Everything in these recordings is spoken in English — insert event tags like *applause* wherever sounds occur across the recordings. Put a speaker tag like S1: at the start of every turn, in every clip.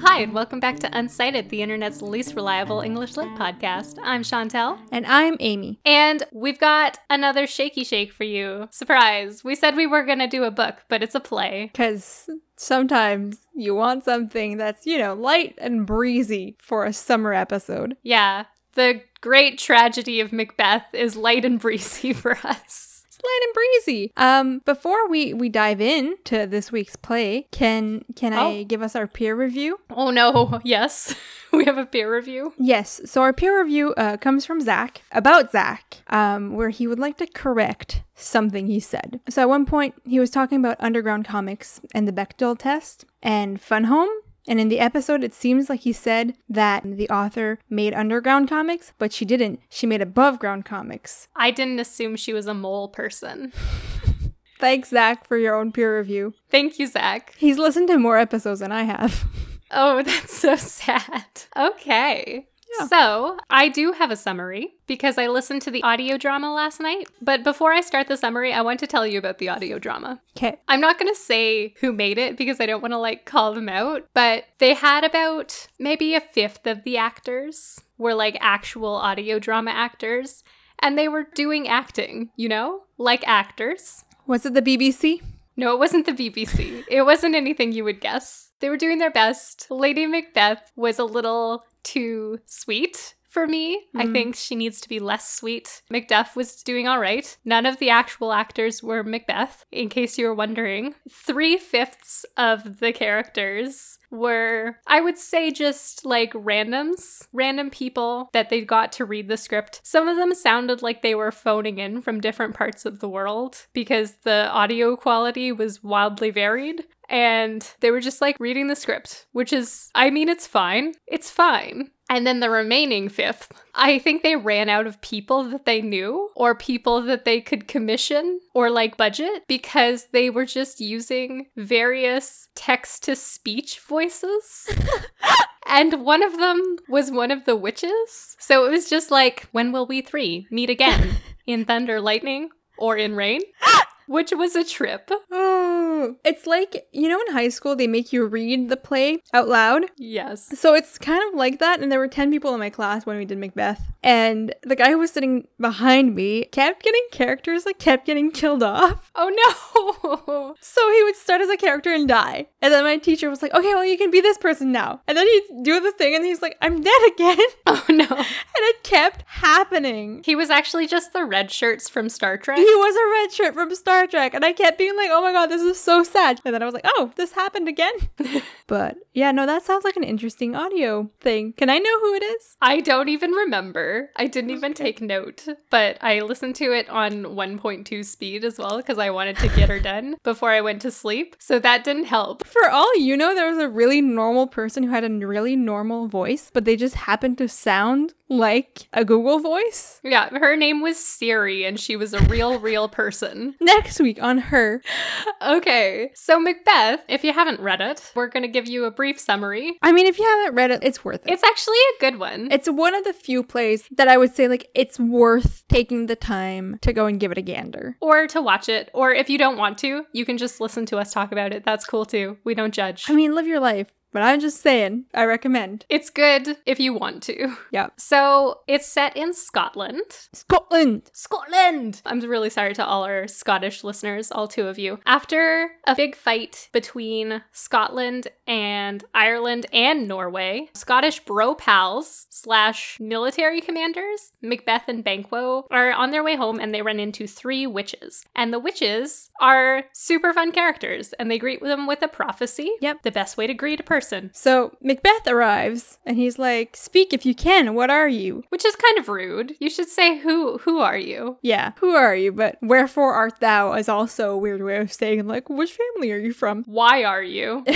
S1: Hi, and welcome back to Unsighted, the internet's least reliable English lit podcast. I'm Chantel,
S2: And I'm Amy.
S1: and we've got another shaky shake for you. Surprise! We said we were going to do a book, but it's a play.
S2: Because sometimes you want something that's, you know, light and breezy for a summer episode.
S1: Yeah, the great tragedy of Macbeth is light and *laughs* breezy for us.
S2: It's light and breezy. Um, before we we dive into this week's play, can can I
S1: Oh.
S2: give us our peer review?
S1: Oh no, yes, *laughs* we have a peer review.
S2: Yes. So our peer review uh, comes from Zach about Zach, um, where he would like to correct something he said. So at one point, he was talking about underground comics and the Bechdel test and Fun Home. And in the episode, it seems like he said that the author made underground comics, but she didn't. She made above ground comics.
S1: I didn't assume she was a mole person.
S2: Thanks, Zach, for your own peer review.
S1: Thank you, Zach.
S2: He's listened to more episodes than I have. *laughs*
S1: Oh, *laughs* that's so sad. Okay.
S2: Yeah.
S1: So, I do have a summary because I listened to the audio drama last night. But before I start the summary, I want to tell you about the audio drama.
S2: Okay.
S1: I'm not going to say who made it because I don't want to like call them out, but they had about maybe a fifth of the actors were like actual audio drama actors and they were doing acting, you know, like actors.
S2: Was it the BBC?
S1: No, it wasn't the BBC. It wasn't anything you would guess. They were doing their best. Lady Macbeth was a little too sweet for me. I
S2: Mm.
S1: think she needs to be less sweet. Macduff was doing all right. None of the actual actors were Macbeth, in case you were wondering. Three fifths of the characters were, I would say, just like randoms, random people that they got to read the script. Some of them sounded like they were phoning in from different parts of the world because the audio quality was wildly varied. And they were just like reading the script, which is, I mean, it's fine. It's fine. And then the remaining fifth, I think they ran out of people that they knew or people that they could commission or like budget because they were just using various text to speech voices. and one of them was one of the witches. So it was just like, when will we three meet again? in thunder, lightning, or in rain? Which was a trip.
S2: Oh, it's like, you know, in high school, they make you read the play out loud.
S1: Yes.
S2: So it's kind of like that. And there were 10 people in my class when we did Macbeth. And the guy who was sitting behind me kept getting characters that kept getting killed off. *laughs*
S1: Oh no! *laughs*
S2: So he would start as a character and die. And then my teacher was like, okay, well, you can be this person now. And then he'd do the thing and he's like, I'm dead *laughs* again. and
S1: Oh no.
S2: it kept happening.
S1: He was actually just the red shirts from Star Trek.
S2: He was a red shirt from Star Trek, and I kept being like, oh my god, this is so sad. And then I was like, oh, this happened again. but yeah, no, that sounds like an interesting audio thing. Can I know who it is?
S1: I don't even remember. I didn't even take note, but I listened to it on 1.2 speed as well because I wanted to get her done *laughs* before I went to sleep. So that didn't help.
S2: For all you know, there was a really normal person who had a really normal voice, but they just happened to sound like a Google voice.
S1: Yeah, her name was Siri and she was a real, real person.
S2: Next week on her,
S1: Okay, so Macbeth, if you haven't read it, we're going to give you a brief summary.
S2: I mean, if you haven't read it, it's worth it.
S1: It's actually a good one.
S2: It's one of the few plays that I would say, like, it's worth taking the time to go and give it a gander.
S1: or to watch it, or if you don't want to, you can just listen to us talk about it. That's cool too. We don't judge.
S2: I mean, live your life, but I'm just saying, I recommend.
S1: it's good if you want to. *laughs*
S2: Yeah.
S1: So it's set in Scotland.
S2: Scotland.
S1: Scotland! I'm really sorry to all our Scottish listeners, all two of you. After a big fight between Scotland and Ireland and Norway, Scottish bro pals slash military commanders, Macbeth and Banquo, are on their way home and they run into three witches. And the witches are super fun characters and they greet them with a prophecy.
S2: Yep.
S1: The best way to greet a person.
S2: So Macbeth arrives and he's like, Speak if you can, what are you?
S1: Which is kind of rude. You should say who who are you?
S2: Yeah, who are you? But wherefore art thou is also a weird way of saying, like, which family are you from?
S1: Why are you?
S2: *laughs*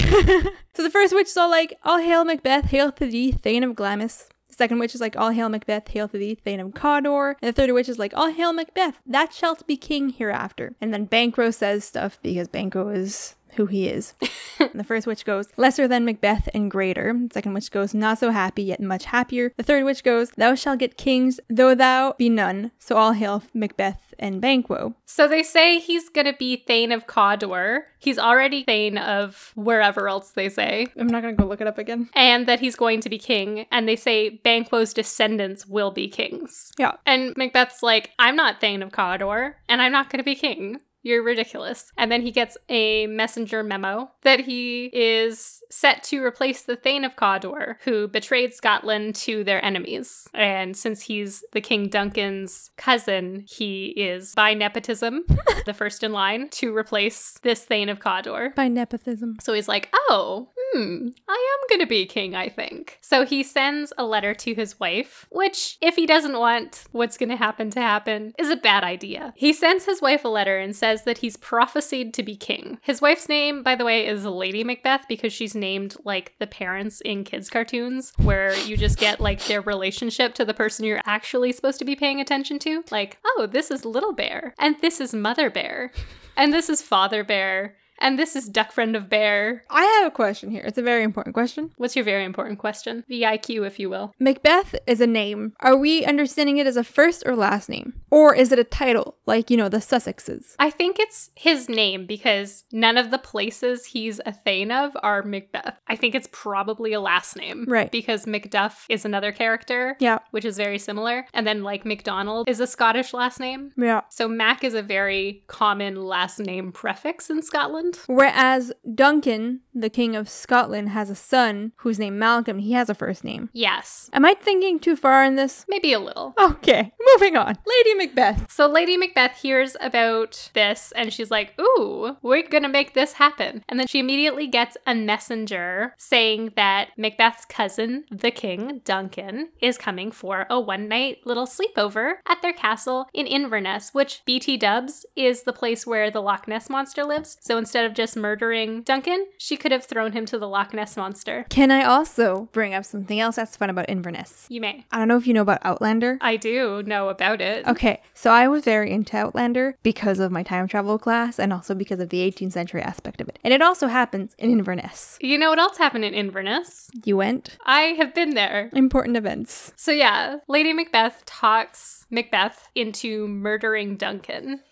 S2: so the first witch is all like, All hail Macbeth, hail to thee, Thane of Glamis. The second witch is like, All hail Macbeth, hail to thee, Thane of Cawdor. And the third witch is like, All hail Macbeth, that *laughs* shalt be king hereafter. And then Banquo says stuff because Banquo is who he is. And the first witch goes, Lesser than Macbeth and greater. The second witch goes, Not so happy, yet much happier. The third witch goes, Thou shalt get kings, though thou be none. So all hail Macbeth and Banquo.
S1: So they say he's going to be Thane of Cawdor. He's already Thane of wherever else they say.
S2: I'm not gonna go look it up again.
S1: And that he's going to be king. And they say Banquo's descendants will be kings.
S2: Yeah.
S1: And Macbeth's like, I'm not Thane of Cawdor, and I'm not going to be king. You're ridiculous. And then he gets a messenger memo that he is set to replace the Thane of Cawdor, who betrayed Scotland to their enemies. And since he's the King Duncan's cousin, he is by nepotism *laughs* the first in line to replace this Thane of Cawdor.
S2: By nepotism.
S1: So he's like, oh, hmm, I am gonna be king, I think. So he sends a letter to his wife, which, if he doesn't want what's gonna happen to happen, is a bad idea. He sends his wife a letter and says that he's prophesied to be king. His wife's name, by the way, is Lady Macbeth because she's named like the parents in kids' cartoons, where you just get like their relationship to the person you're actually supposed to be paying attention to. Like, oh, this is Little Bear, and this is Mother Bear, and this is Father Bear. And this is Duck Friend of Bear.
S2: I have a question here. It's a very important question.
S1: What's your very important question? VIQ, if you will.
S2: Macbeth is a name. Are we understanding it as a first or last name? Or is it a title, like, you know, the Sussexes?
S1: I think it's his name because none of the places he's a Thane of are Macbeth. I think it's probably a last name.
S2: Right.
S1: Because Macduff is another character,
S2: Yeah.
S1: which is very similar. And then, like, MacDonald is a Scottish last name.
S2: Yeah.
S1: So, Mac is a very common last name prefix in Scotland.
S2: Whereas Duncan, the king of Scotland, has a son who's named Malcolm. He has a first name.
S1: Yes.
S2: Am I thinking too far in this?
S1: Maybe a little.
S2: Okay, moving on. Lady Macbeth.
S1: So Lady Macbeth hears about this and she's like, Ooh, we're gonna make this happen. And then she immediately gets a messenger saying that Macbeth's cousin, the king, Duncan, is coming for a one night little sleepover at their castle in Inverness, which BT dubs is the place where the Loch Ness monster lives. So instead of just murdering Duncan, she could have thrown him to the Loch Ness monster.
S2: Can I also bring up something else that's fun about Inverness?
S1: You may.
S2: I don't know if you know about Outlander.
S1: I do know about it.
S2: Okay, so I was very into Outlander because of my time travel class and also because of the 18th century aspect of it. And it also happens in Inverness.
S1: You know what else happened in Inverness?
S2: You went?
S1: I have been there.
S2: Important events.
S1: So yeah, Lady Macbeth talks Macbeth into murdering Duncan.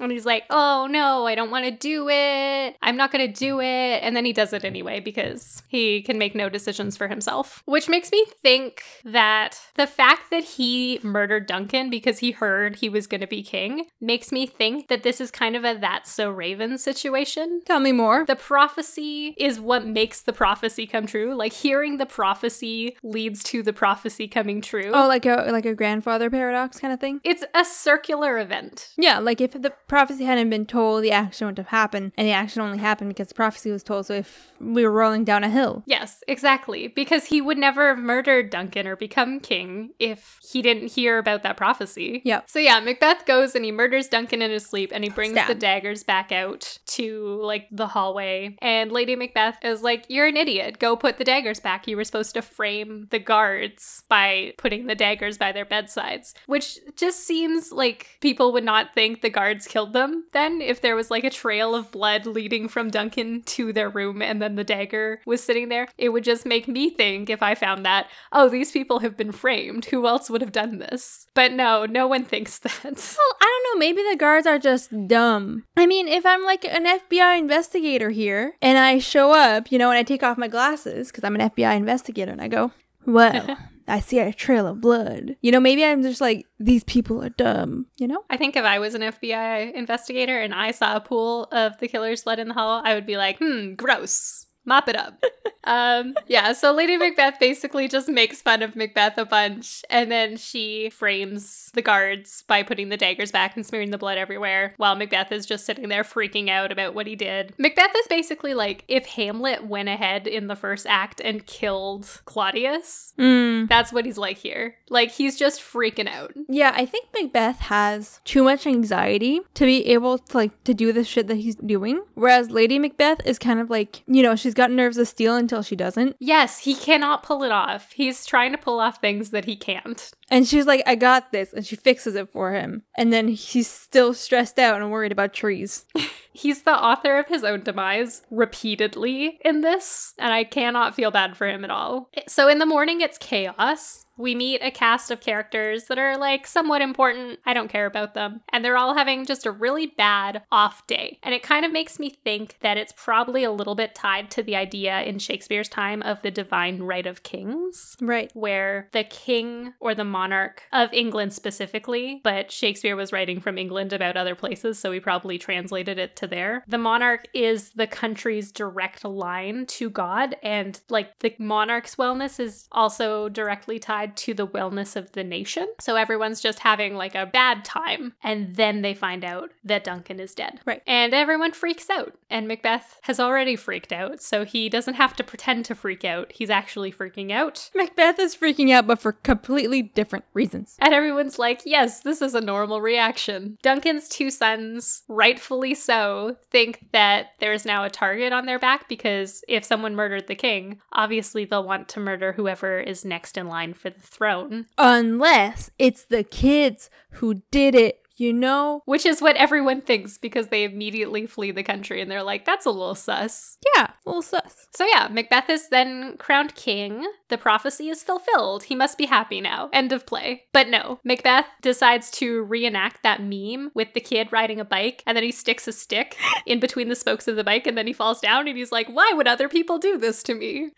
S1: And he's like, "Oh no, I don't want to do it. I'm not going to do it." And then he does it anyway because he can make no decisions for himself. Which makes me think that the fact that he murdered Duncan because he heard he was going to be king makes me think that this is kind of a that's so Raven situation.
S2: Tell me more.
S1: The prophecy is what makes the prophecy come true. Like hearing the prophecy leads to the prophecy coming true.
S2: Oh, like a like a grandfather paradox kind of thing.
S1: It's a circular event.
S2: Yeah, like if the prophecy hadn't been told, the action wouldn't have happened, and the action only happened because the prophecy was told. So if we were rolling down a hill,
S1: Yes, exactly. Because he would never have murdered Duncan or become king if he didn't hear about that prophecy.
S2: Yep.
S1: So yeah, Macbeth goes and he murders Duncan in his sleep and he brings
S2: Stab.
S1: the daggers back out to like the hallway. And Lady Macbeth is like, You're an idiot. Go put the daggers back. You were supposed to frame the guards by putting the daggers by their bedsides. Which just seems like people would not think the guards killed them then if there was like a trail of blood leading from Duncan to their room and then the dagger was sitting there. It would just make me think if I found that, oh, these people have been framed. Who else would have done this? But no, no one thinks *laughs* that.
S2: well, I don't know. Maybe the guards are just dumb. I mean, if I'm like an FBI investigator here, and I show up, you know, and I take off my glasses because I'm an FBI investigator, and I go, well. I see a trail of blood. You know, maybe I'm just like, these people are dumb, you know?
S1: I think if I was an FBI investigator and I saw a pool of the killer's blood in the hall, I would be like, hmm, gross. Mop it up. um, yeah, so Lady Macbeth basically just makes fun of Macbeth a bunch, and then she frames the guards by putting the daggers back and smearing the blood everywhere, while Macbeth is just sitting there freaking out about what he did. Macbeth is basically like if Hamlet went ahead in the first act and killed Claudius.
S2: Mm.
S1: That's what he's like here. Like he's just freaking out.
S2: Yeah, I think Macbeth has too much anxiety to be able to like to do the shit that he's doing. Whereas Lady Macbeth is kind of like, you know, she's got nerves of steel until she doesn't.
S1: Yes, he cannot pull it off. He's trying to pull off things that he can't.
S2: And she's like, I got this. And she fixes it for him. And then he's still stressed out and worried about trees.
S1: He's the author of his own demise repeatedly in this, and I cannot feel bad for him at all. So in the morning, it's chaos. We meet a cast of characters that are like somewhat important. I don't care about them. And they're all having just a really bad off day. And it kind of makes me think that it's probably a little bit tied to the idea in Shakespeare's time of the divine right of kings
S2: *laughs* Right.
S1: where the king or the monarch of England specifically, but Shakespeare was writing from England about other places, so he probably translated it to there. The monarch is the country's direct line to God, and like the monarch's wellness is also directly tied to the wellness of the nation. So everyone's just having like a bad time, and then they find out that Duncan is dead.
S2: Right.
S1: And everyone freaks out, and Macbeth has already freaked out, so he doesn't have to pretend to freak out. He's actually freaking out.
S2: Macbeth is freaking out, but for completely different reasons.
S1: And everyone's like, yes, this is a normal reaction. Duncan's two sons, rightfully so, think that there is now a target on their back because if someone murdered the king, obviously they'll want to murder whoever is next in line for the throne,
S2: Unless it's the kids who did it, you know?
S1: which is what everyone thinks because they immediately flee the country and they're like, that's a little sus.
S2: Yeah, a little sus.
S1: So, yeah, Macbeth is then crowned king. The prophecy is fulfilled. He must be happy now. End of play. But no, Macbeth decides to reenact that meme with the kid riding a bike, and then he sticks a stick in between the spokes of the bike, and then he falls down, and he's like, Why would other people do this to me?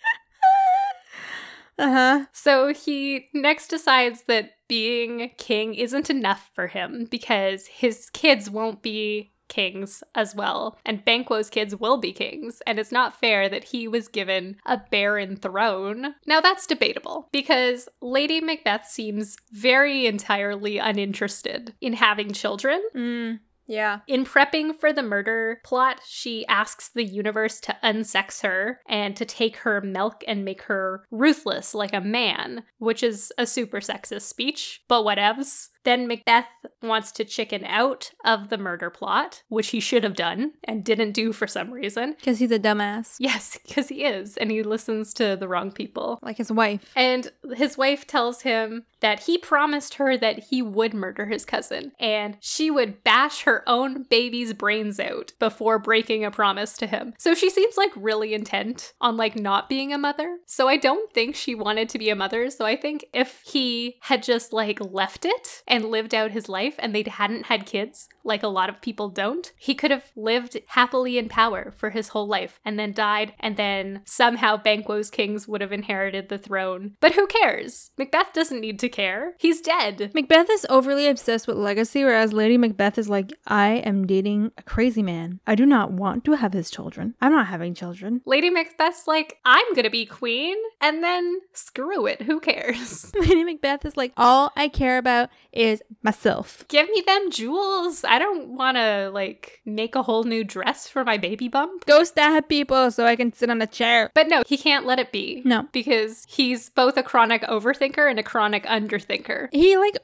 S2: Uh huh.
S1: So he next decides that being king isn't enough for him because his kids won't be kings as well. And Banquo's kids will be kings. And it's not fair that he was given a barren throne. Now that's debatable because Lady Macbeth seems very entirely uninterested in having children.
S2: Mm, yeah.
S1: In prepping for the murder plot, she asks the universe to unsex her and to take her milk and make her ruthless like a man, which is a super sexist speech, but whatevs. Then Macbeth wants to chicken out of the murder plot, which he should have done and didn't do for some reason.
S2: Because he's a dumbass.
S1: Yes, *laughs* because he is, and he listens to the wrong people.
S2: Like his wife.
S1: And his wife tells him that he promised her that he would murder his cousin and she would bash her own baby's brains out before breaking a promise to him. So she seems like really intent on like not being a mother. So I don't think she wanted to be a mother. So I think if he had just like left it and lived out his life and they hadn't had kids, like a lot of people don't, he could have lived happily in power for his whole life and then died and then somehow Banquo's kings would have inherited the throne. But who cares? Macbeth doesn't need to care. He's dead.
S2: Macbeth is overly obsessed with legacy, whereas Lady Macbeth is like, I am dating a crazy man. I do not want to have his children. I'm not having children.
S1: Lady Macbeth's like, I'm gonna be queen, and then screw it, who cares? *laughs*
S2: *laughs* Lady Macbeth is like, all I care about is myself.
S1: Give me them jewels. I don't wanna, like, make a whole new dress for my baby bump.
S2: Go stab people so I can sit on a chair.
S1: But no, he can't let it be.
S2: No.
S1: Because he's both a chronic overthinker and a chronic underthinker.
S2: He like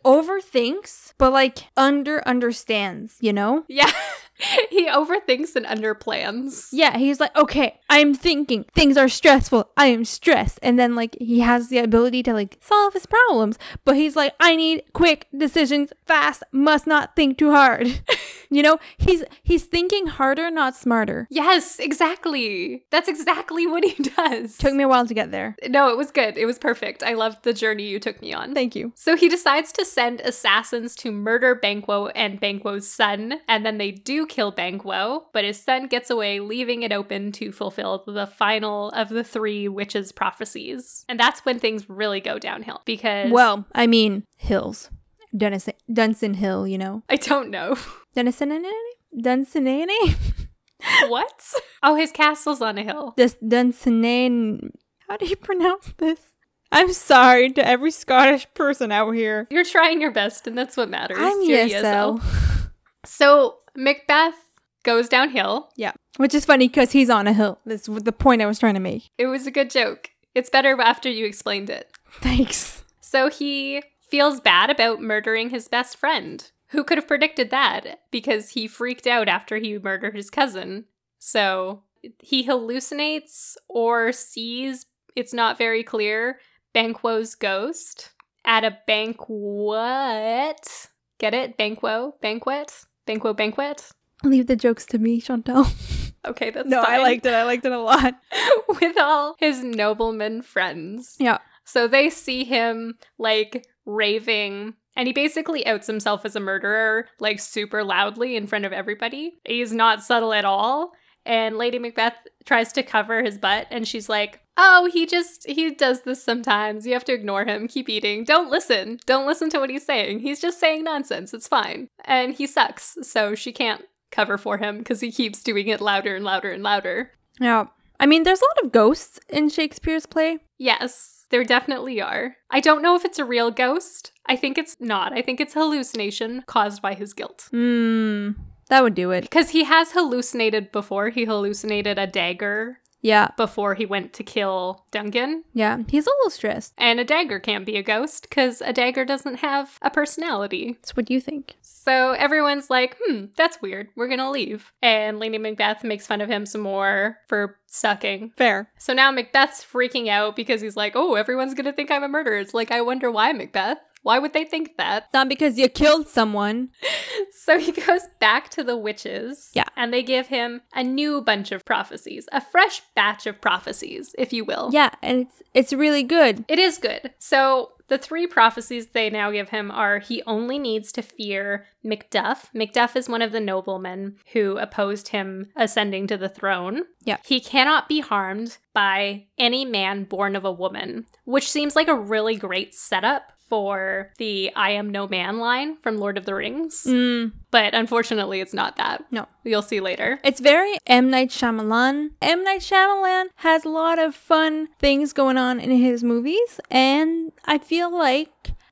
S2: overthinks, but like under understands, you know?
S1: Yeah. *laughs* he overthinks and underplans.
S2: Yeah, he's like, okay, I'm thinking. Things are stressful. I am stressed. And then like he has the ability to like solve his problems, but he's like, I need quick decisions, fast, must not think too hard. *laughs* you know, he's he's thinking harder, not smarter.
S1: Yes, exactly. That's exactly what he *laughs* does.
S2: Took me a while to get there.
S1: no, it was good. It was perfect. I loved the journey you took me on.
S2: Thank you.
S1: So he decides to send assassins to murder Banquo and Banquo's son, and then they do kill Banquo, but his son gets away, leaving it open to fulfill the final of the three witches' prophecies. And that's when things really go downhill because.
S2: Well, I mean, Hills. Denison Dunson Hill, you know.
S1: I don't know. *laughs*
S2: Dunson *laughs* Dunsonane?
S1: what? Oh, his castle's on a hill.
S2: This Dunsinane. How do you pronounce this? I'm sorry to every Scottish person out here.
S1: You're trying your best, and that's what matters.
S2: I'm
S1: You're
S2: ESL.
S1: So Macbeth goes downhill.
S2: Yeah. Which is funny because he's on a hill. That's w- the point I was trying to make. *laughs*
S1: It was a good joke. It's better after you explained it.
S2: Thanks.
S1: So he feels bad about murdering his best friend. Who could have predicted that? Because he freaked out after he murdered his cousin. So he hallucinates or sees, it's not very clear, Banquo's ghost. at a banquet. Get it? Banquo? Banquet? Banquo banquet?
S2: Leave the jokes to me, Chantal.
S1: Okay, that's
S2: no, I
S1: fine.
S2: liked it. I liked it a lot.
S1: *laughs* with all his nobleman friends.
S2: Yeah.
S1: So they see him like raving, and he basically outs himself as a murderer, like super loudly in front of everybody. He's not subtle at all. And Lady Macbeth tries to cover his butt, and she's like, Oh, he just, he does this sometimes. You have to ignore him. Keep eating. Don't listen. Don't listen to what he's saying. He's just saying nonsense. It's fine. And he sucks. So she can't cover for him because he keeps doing it louder and louder and louder.
S2: Yeah. I mean, there's a lot of ghosts in Shakespeare's play.
S1: Yes, there definitely are. I don't know if it's a real ghost. I think it's not. I think it's hallucination caused by his guilt.
S2: Hmm. That would do it.
S1: Because he has hallucinated before. He hallucinated a dagger
S2: Yeah.
S1: before he went to kill Duncan.
S2: Yeah. He's a little stressed.
S1: And a dagger can't be a ghost because a dagger doesn't have a personality.
S2: That's what you think.
S1: So everyone's like, hmm, that's weird. We're going to leave. And Lady Macbeth makes fun of him some more for sucking.
S2: Fair.
S1: So now Macbeth's freaking out because he's like, oh, everyone's gonna think I'm a murderer. It's like, I wonder why, Macbeth. Why would they think that? *laughs*
S2: Not because you killed someone.
S1: So he goes back to the witches.
S2: Yeah.
S1: And they give him a new bunch of prophecies, a fresh batch of prophecies, if you will.
S2: Yeah, and it's it's really good.
S1: It is good. So the three prophecies they now give him are he only needs to fear Macduff. Macduff is one of the noblemen who opposed him ascending to the throne.
S2: Yeah.
S1: He cannot be harmed by any man born of a woman, which seems like a really great setup for the I am no man line from Lord of the Rings.
S2: Mm.
S1: But unfortunately, it's not that.
S2: No.
S1: You'll see later.
S2: It's very M Night Shyamalan. M Night Shyamalan has a lot of fun things going on in his movies, and I feel like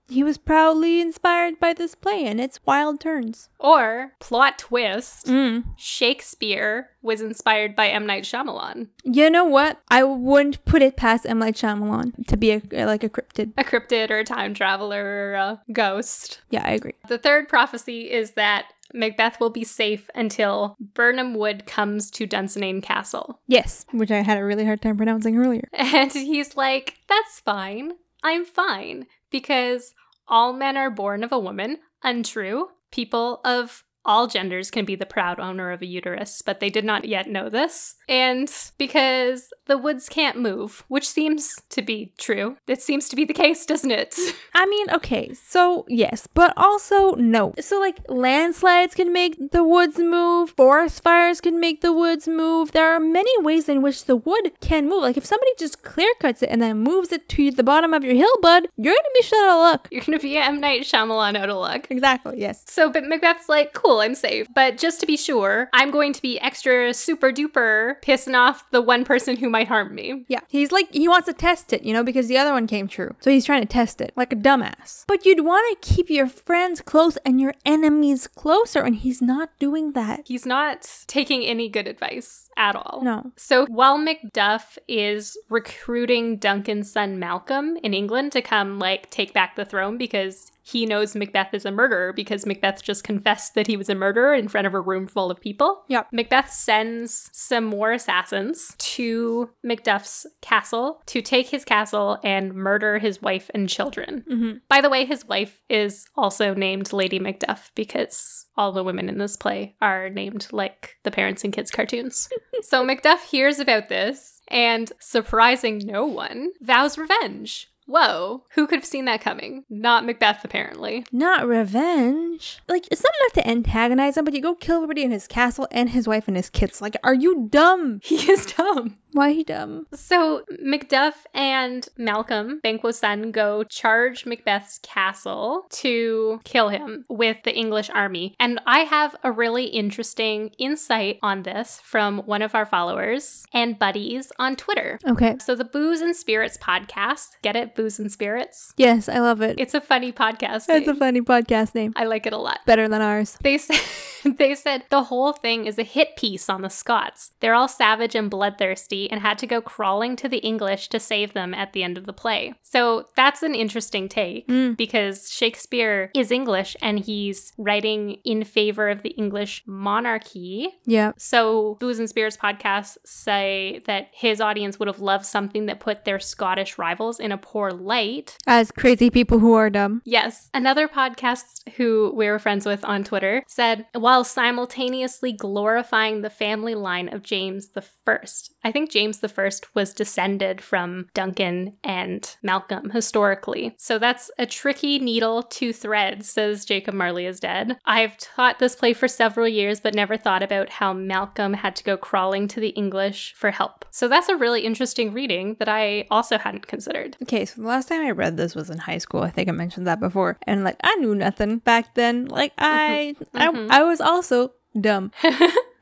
S2: he was proudly inspired by this play and its wild turns.
S1: Or, plot twist
S2: Mm.
S1: Shakespeare was inspired by M. Night Shyamalan.
S2: You know what? I wouldn't put it past M Night Shyamalan to be a, like a cryptid.
S1: a cryptid or a time traveler or a ghost.
S2: Yeah, I agree.
S1: The third prophecy is that Macbeth will be safe until Burnham Wood comes to Dunsinane Castle. *laughs*
S2: Yes, which I had a really hard time pronouncing earlier.
S1: And he's like, That's fine. I'm fine. Because all men are born of a woman. Untrue. People of all genders can be the proud owner of a uterus, but they did not yet know this. And because the woods can't move, which seems to be true. That seems to be the case, doesn't it? *laughs*
S2: I mean, okay, so yes, but also no. So, like, landslides can make the woods move, forest fires can make the woods move. There are many ways in which the wood can move. Like, if somebody just clear cuts it and then moves it to the bottom of your hill, bud, you're gonna be shut out of luck.
S1: You're gonna be M Night Shyamalan out of luck.
S2: Exactly, yes.
S1: So, but Macbeth's like, cool, I'm safe. But just to be sure, I'm going to be extra super duper pissing off the one person who might harm me.
S2: Yeah, he's like, he wants to test it, you know, because the other one came true. So he's trying to test it like a dumbass. But you'd want to keep your friends close and your enemies closer, and he's not doing that.
S1: He's not taking any good advice at all.
S2: No.
S1: So while Macduff is recruiting Duncan's son Malcolm in England to come like take back the throne because he knows Macbeth is a murderer because Macbeth just confessed that he was a murderer in front of a room full of people.
S2: Yep.
S1: Macbeth sends some more assassins to Macduff's castle to take his castle and murder his wife and children.
S2: Mm-hmm.
S1: By the way, his wife is also named Lady Macduff because all the women in this play are named like the parents in kids' cartoons. so Macduff hears about this and, surprising no one, vows revenge. Whoa, who could have seen that coming? Not Macbeth, apparently. *laughs*
S2: Not revenge. Like, it's not enough to antagonize him, but you go kill everybody in his castle and his wife and his kids. Like, are you dumb?
S1: He is dumb.
S2: Why he dumb?
S1: So Macduff and Malcolm, Banquo's son, go charge Macbeth's castle to kill him with the English army. And I have a really interesting insight on this from one of our followers and buddies on Twitter.
S2: Okay.
S1: So the Booze and Spirits podcast, get it? Booze and Spirits.
S2: Yes, I love it.
S1: It's a funny podcast.
S2: That's a
S1: name.
S2: funny podcast name.
S1: I like it a lot.
S2: Better than ours.
S1: They said *laughs* they said the whole thing is a hit piece on the Scots. They're all savage and bloodthirsty, and had to go crawling to the English to save them at the end of the play. So that's an interesting take
S2: Mm.
S1: because Shakespeare is English and he's writing in favor of the English monarchy.
S2: Yeah.
S1: So, Booze and Spears podcasts say that his audience would have loved something that put their Scottish rivals in a poor light,
S2: As crazy people who are dumb.
S1: Yes. Another podcast who we were friends with on Twitter said, while simultaneously glorifying the family line of James the First. I think James the First was descended from Duncan and Malcolm historically. So that's a tricky needle to thread, says Jacob Marley is dead. I've taught this play for several years, but never thought about how Malcolm had to go crawling to the English for help. So that's a really interesting reading that I also hadn't considered.
S2: Okay, so the last time I read this was in high school. I think I mentioned that before. And like I knew nothing back then. Like I
S1: Mhm.
S2: I, I was also *laughs* dumb.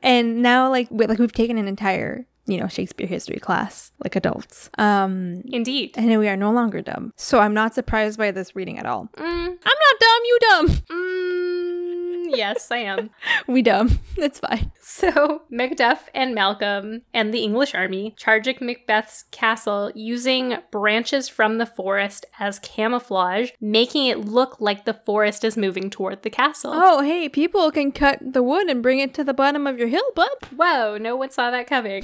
S2: and now like we, like we've taken an entire, you know, Shakespeare history class like adults. Um
S1: Indeed.
S2: and we are no longer dumb. So I'm not surprised by this reading at all.
S1: Mm.
S2: I'm not dumb, you dumb. *laughs*
S1: Mm, yes, I am.
S2: We dumb. *laughs* It's fine.
S1: So, Macduff and Malcolm and the English army charge at Macbeth's castle using branches from the forest as camouflage, making it look like the forest is moving toward the castle.
S2: Oh, hey, people can cut the wood and bring it to the bottom of your hill, bud.
S1: Whoa, no one saw that coming.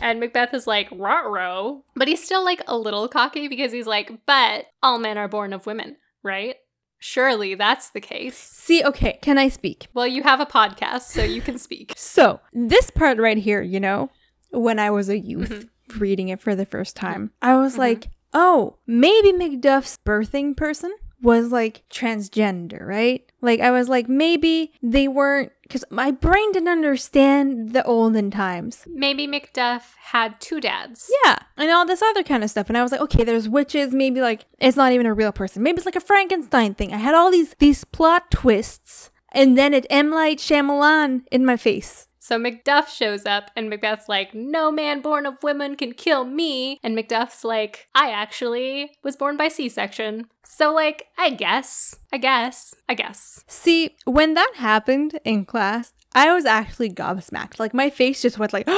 S1: And Macbeth is like, row. But he's still like a little cocky because he's like, but all men are born of women, right? Surely that's the case.
S2: See, okay, can I speak?
S1: Well, you have a podcast, so you can speak.
S2: So, this part right here, you know, when I was a youth reading it for the first time, I was
S1: Mhm.
S2: like, oh, maybe Macduff's birthing person was like transgender, right? Like, I was like, maybe they weren't, because my brain didn't understand the olden times.
S1: Maybe Macduff had two dads.
S2: Yeah, and all this other kind of stuff. And I was like, okay, there's witches, maybe like it's not even a real person. Maybe it's like a Frankenstein thing. I had all these these plot twists, and then it M Light Shyamalan in my face.
S1: So Macduff shows up, and Macbeth's like, No man born of woman can kill me. And Macduff's like, I actually was born by C section. So, like, I guess, I guess, I guess.
S2: See, when that happened in class, I was actually gobsmacked. Like my face just went like, *gasps*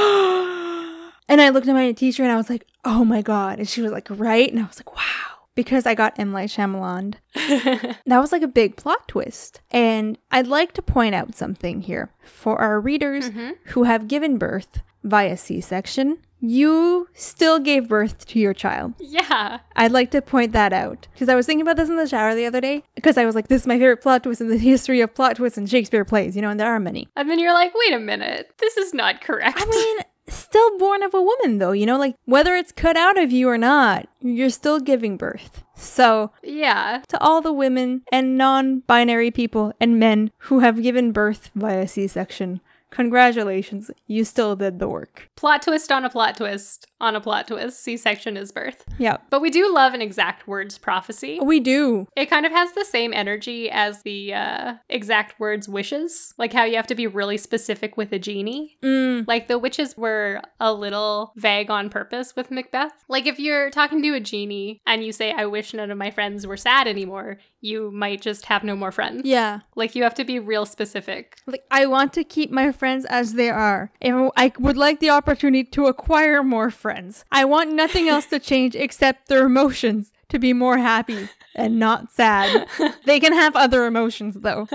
S2: and I looked at my teacher and I was like, "Oh my god!" And she was like, "Right," and I was like, "Wow," because I got M Light Shyamalan. That was like a big plot twist. And I'd like to point out something here for our readers
S1: Mhm.
S2: who have given birth via C-section. You still gave birth to your child.
S1: yeah.
S2: I'd like to point that out because I was thinking about this in the shower the other day because I was like, this is my favorite plot twist in the *laughs* history of plot twists in Shakespeare plays, you know, and there are many.
S1: And then you're like, Wait a minute, this is not correct.
S2: I mean, still born of a woman though, you know, like whether it's cut out of you or not, you're still giving birth. So,
S1: *laughs* yeah.
S2: to all the women and non binary people and men who have given birth via C section, congratulations, you still did the work.
S1: Plot twist on a plot twist on a plot twist. C section is birth.
S2: Yeah,
S1: But we do love an exact words prophecy.
S2: we do.
S1: It kind of has the same energy as the uh, exact words wishes, like how you have to be really specific with a genie.
S2: Mm.
S1: Like the witches were a little vague on purpose with Macbeth. Like if you're talking to a genie and you say, I wish none of my friends were sad anymore, you might just have no more friends.
S2: Yeah.
S1: Like you have to be real specific.
S2: Like I want to keep my friends as they are. And I would like the opportunity to acquire more friends. I want nothing else to change except their emotions to be more happy and not sad. they can have other emotions though.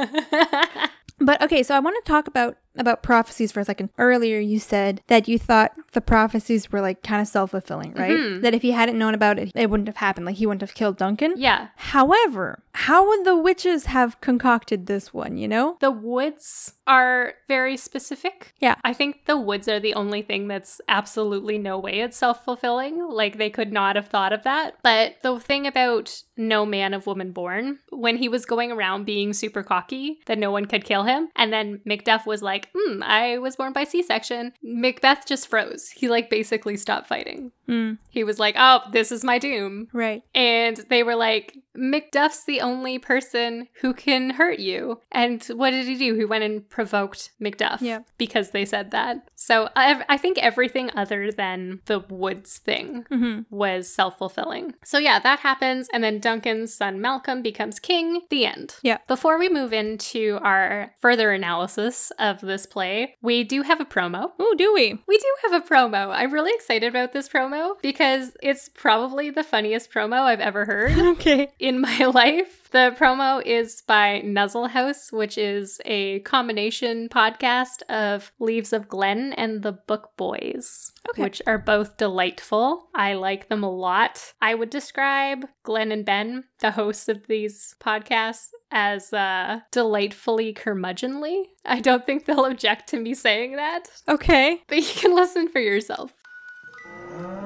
S2: But okay, so I want to talk about about prophecies for a second. Earlier you said that you thought the prophecies were like kind of self-fulfilling, right?
S1: Mhm.
S2: That if he hadn't known about it, it wouldn't have happened. Like he wouldn't have killed Duncan.
S1: yeah.
S2: However, how would the witches have concocted this one, you know?
S1: The woods are very specific.
S2: Yeah.
S1: I think the woods are the only thing that's absolutely no way it's self fulfilling. Like they could not have thought of that. But the thing about no man of woman born, when he was going around being super cocky that no one could kill him, and then Macduff was like, hmm, I was born by C section, Macbeth just froze. He like basically stopped fighting.
S2: Mm,
S1: He was like, oh, this is my doom.
S2: right.
S1: And they were like, Macduff's the only person who can hurt you. And what did he do? He went and provoked Macduff
S2: Yeah.
S1: because they said that. So I, I think everything other than the woods thing
S2: Mm-hmm.
S1: was self fulfilling. So yeah, that happens. And then Duncan's son Malcolm becomes king. The end.
S2: Yeah.
S1: Before we move into our further analysis of this play, we do have a promo.
S2: Oh, do we?
S1: We do have a promo. I'm really excited about this promo because it's probably the funniest promo I've ever heard
S2: *laughs* *laughs* Okay.
S1: in my *laughs* life. The promo is by Nuzzle House, which is a combination podcast of Leaves of Glen and The Book Boys,
S2: Okay.
S1: which are both delightful. I like them a lot. I would describe Glenn and Ben, the hosts of these podcasts, as uh, delightfully curmudgeonly. I don't think they'll object to me saying that,
S2: Okay.
S1: but you can *laughs* listen for yourself.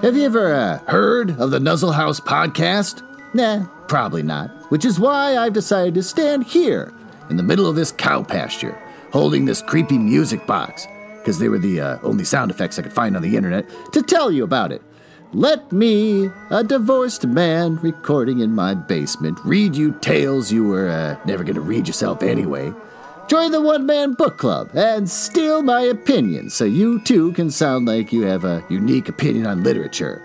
S3: Have you ever uh, heard of the Nuzzle House podcast? Nah, probably not. Which is why I've decided to stand here in the middle of this cow pasture, holding this creepy music box, because they were the uh, only sound effects I could find on the internet, to tell you about it. Let me, a divorced man recording in my basement, read you tales you were uh, never going to read yourself anyway. Join the One Man Book Club and steal my opinion so you too can sound like you have a unique opinion on literature.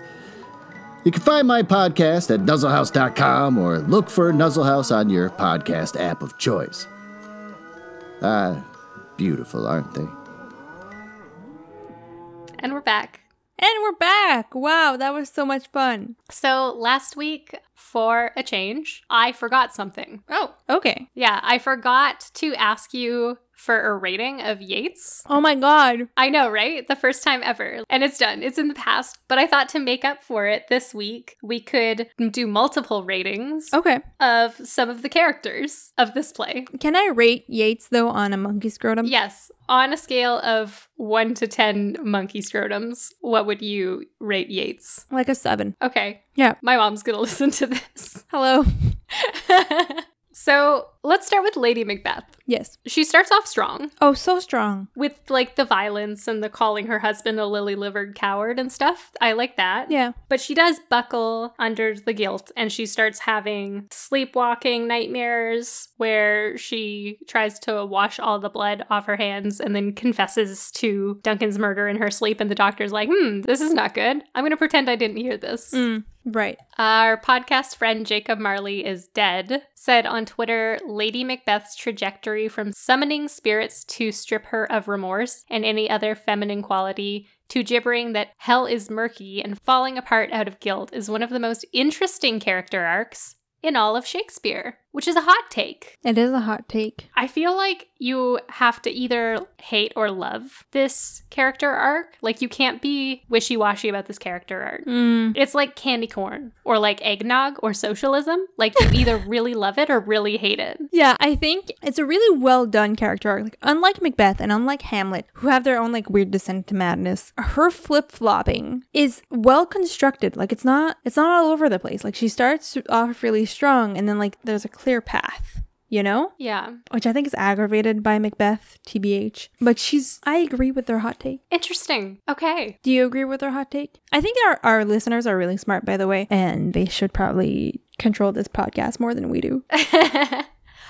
S3: You can find my podcast at nuzzlehouse.com or look for Nuzzlehouse on your podcast app of choice. Ah, beautiful, aren't they?
S1: And we're back.
S2: And we're back. Wow, that was so much fun.
S1: So last week, for a change, I forgot something.
S2: Oh, okay.
S1: Yeah, I forgot to ask you for a rating of Yates.
S2: Oh my god.
S1: I know, right? The first time ever. And it's done. It's in the past. But I thought to make up for it this week, we could do multiple ratings
S2: Okay.
S1: of some of the characters of this play.
S2: Can I rate Yates though on a monkey scrotum?
S1: Yes, on a scale of 1 to 10 monkey scrotums, what would you rate Yates?
S2: Like a seven.
S1: Okay.
S2: Yeah.
S1: My mom's going to *laughs* listen to this. *laughs*
S2: Hello. *laughs*
S1: so, let's start with Lady Macbeth.
S2: Yes.
S1: She starts off strong.
S2: Oh, so strong.
S1: with like the violence and the calling her husband a lily livered coward and stuff. I like that.
S2: Yeah.
S1: But she does buckle under the guilt and she starts having sleepwalking nightmares where she tries to wash all the blood off her hands and then confesses to Duncan's murder in her sleep. And the doctor's like, hmm, this is not good. I'm going to pretend I didn't hear this.
S2: Mm, right.
S1: Our podcast friend Jacob Marley is dead said on Twitter Lady Macbeth's trajectory from summoning spirits to strip her of remorse and any other feminine quality to gibbering that hell is murky and falling apart out of guilt is one of the most interesting character arcs in all of Shakespeare, which is a hot take.
S2: It is a hot take.
S1: I feel like you have to either hate or love this character arc. Like, you can't be wishy washy about this character arc.
S2: Mm.
S1: It's like candy corn or like eggnog or socialism. Like you either really love it or really hate it.
S2: Yeah, I think it's a really well done character arc. Like, unlike Macbeth and unlike Hamlet, who have their own like weird descent to madness, her flip flopping is well constructed. Like it's not it's not all over the place. Like she starts off really strong, and then like there's a clear path. You know,
S1: Yeah.
S2: which I think is aggravated by Macbeth, tbh. But she's I agree with their hot take.
S1: Interesting. Okay. *laughs*
S2: Do you agree with their hot take? I think our our listeners are really smart, by the way, and they should probably control this podcast more than we do. *laughs*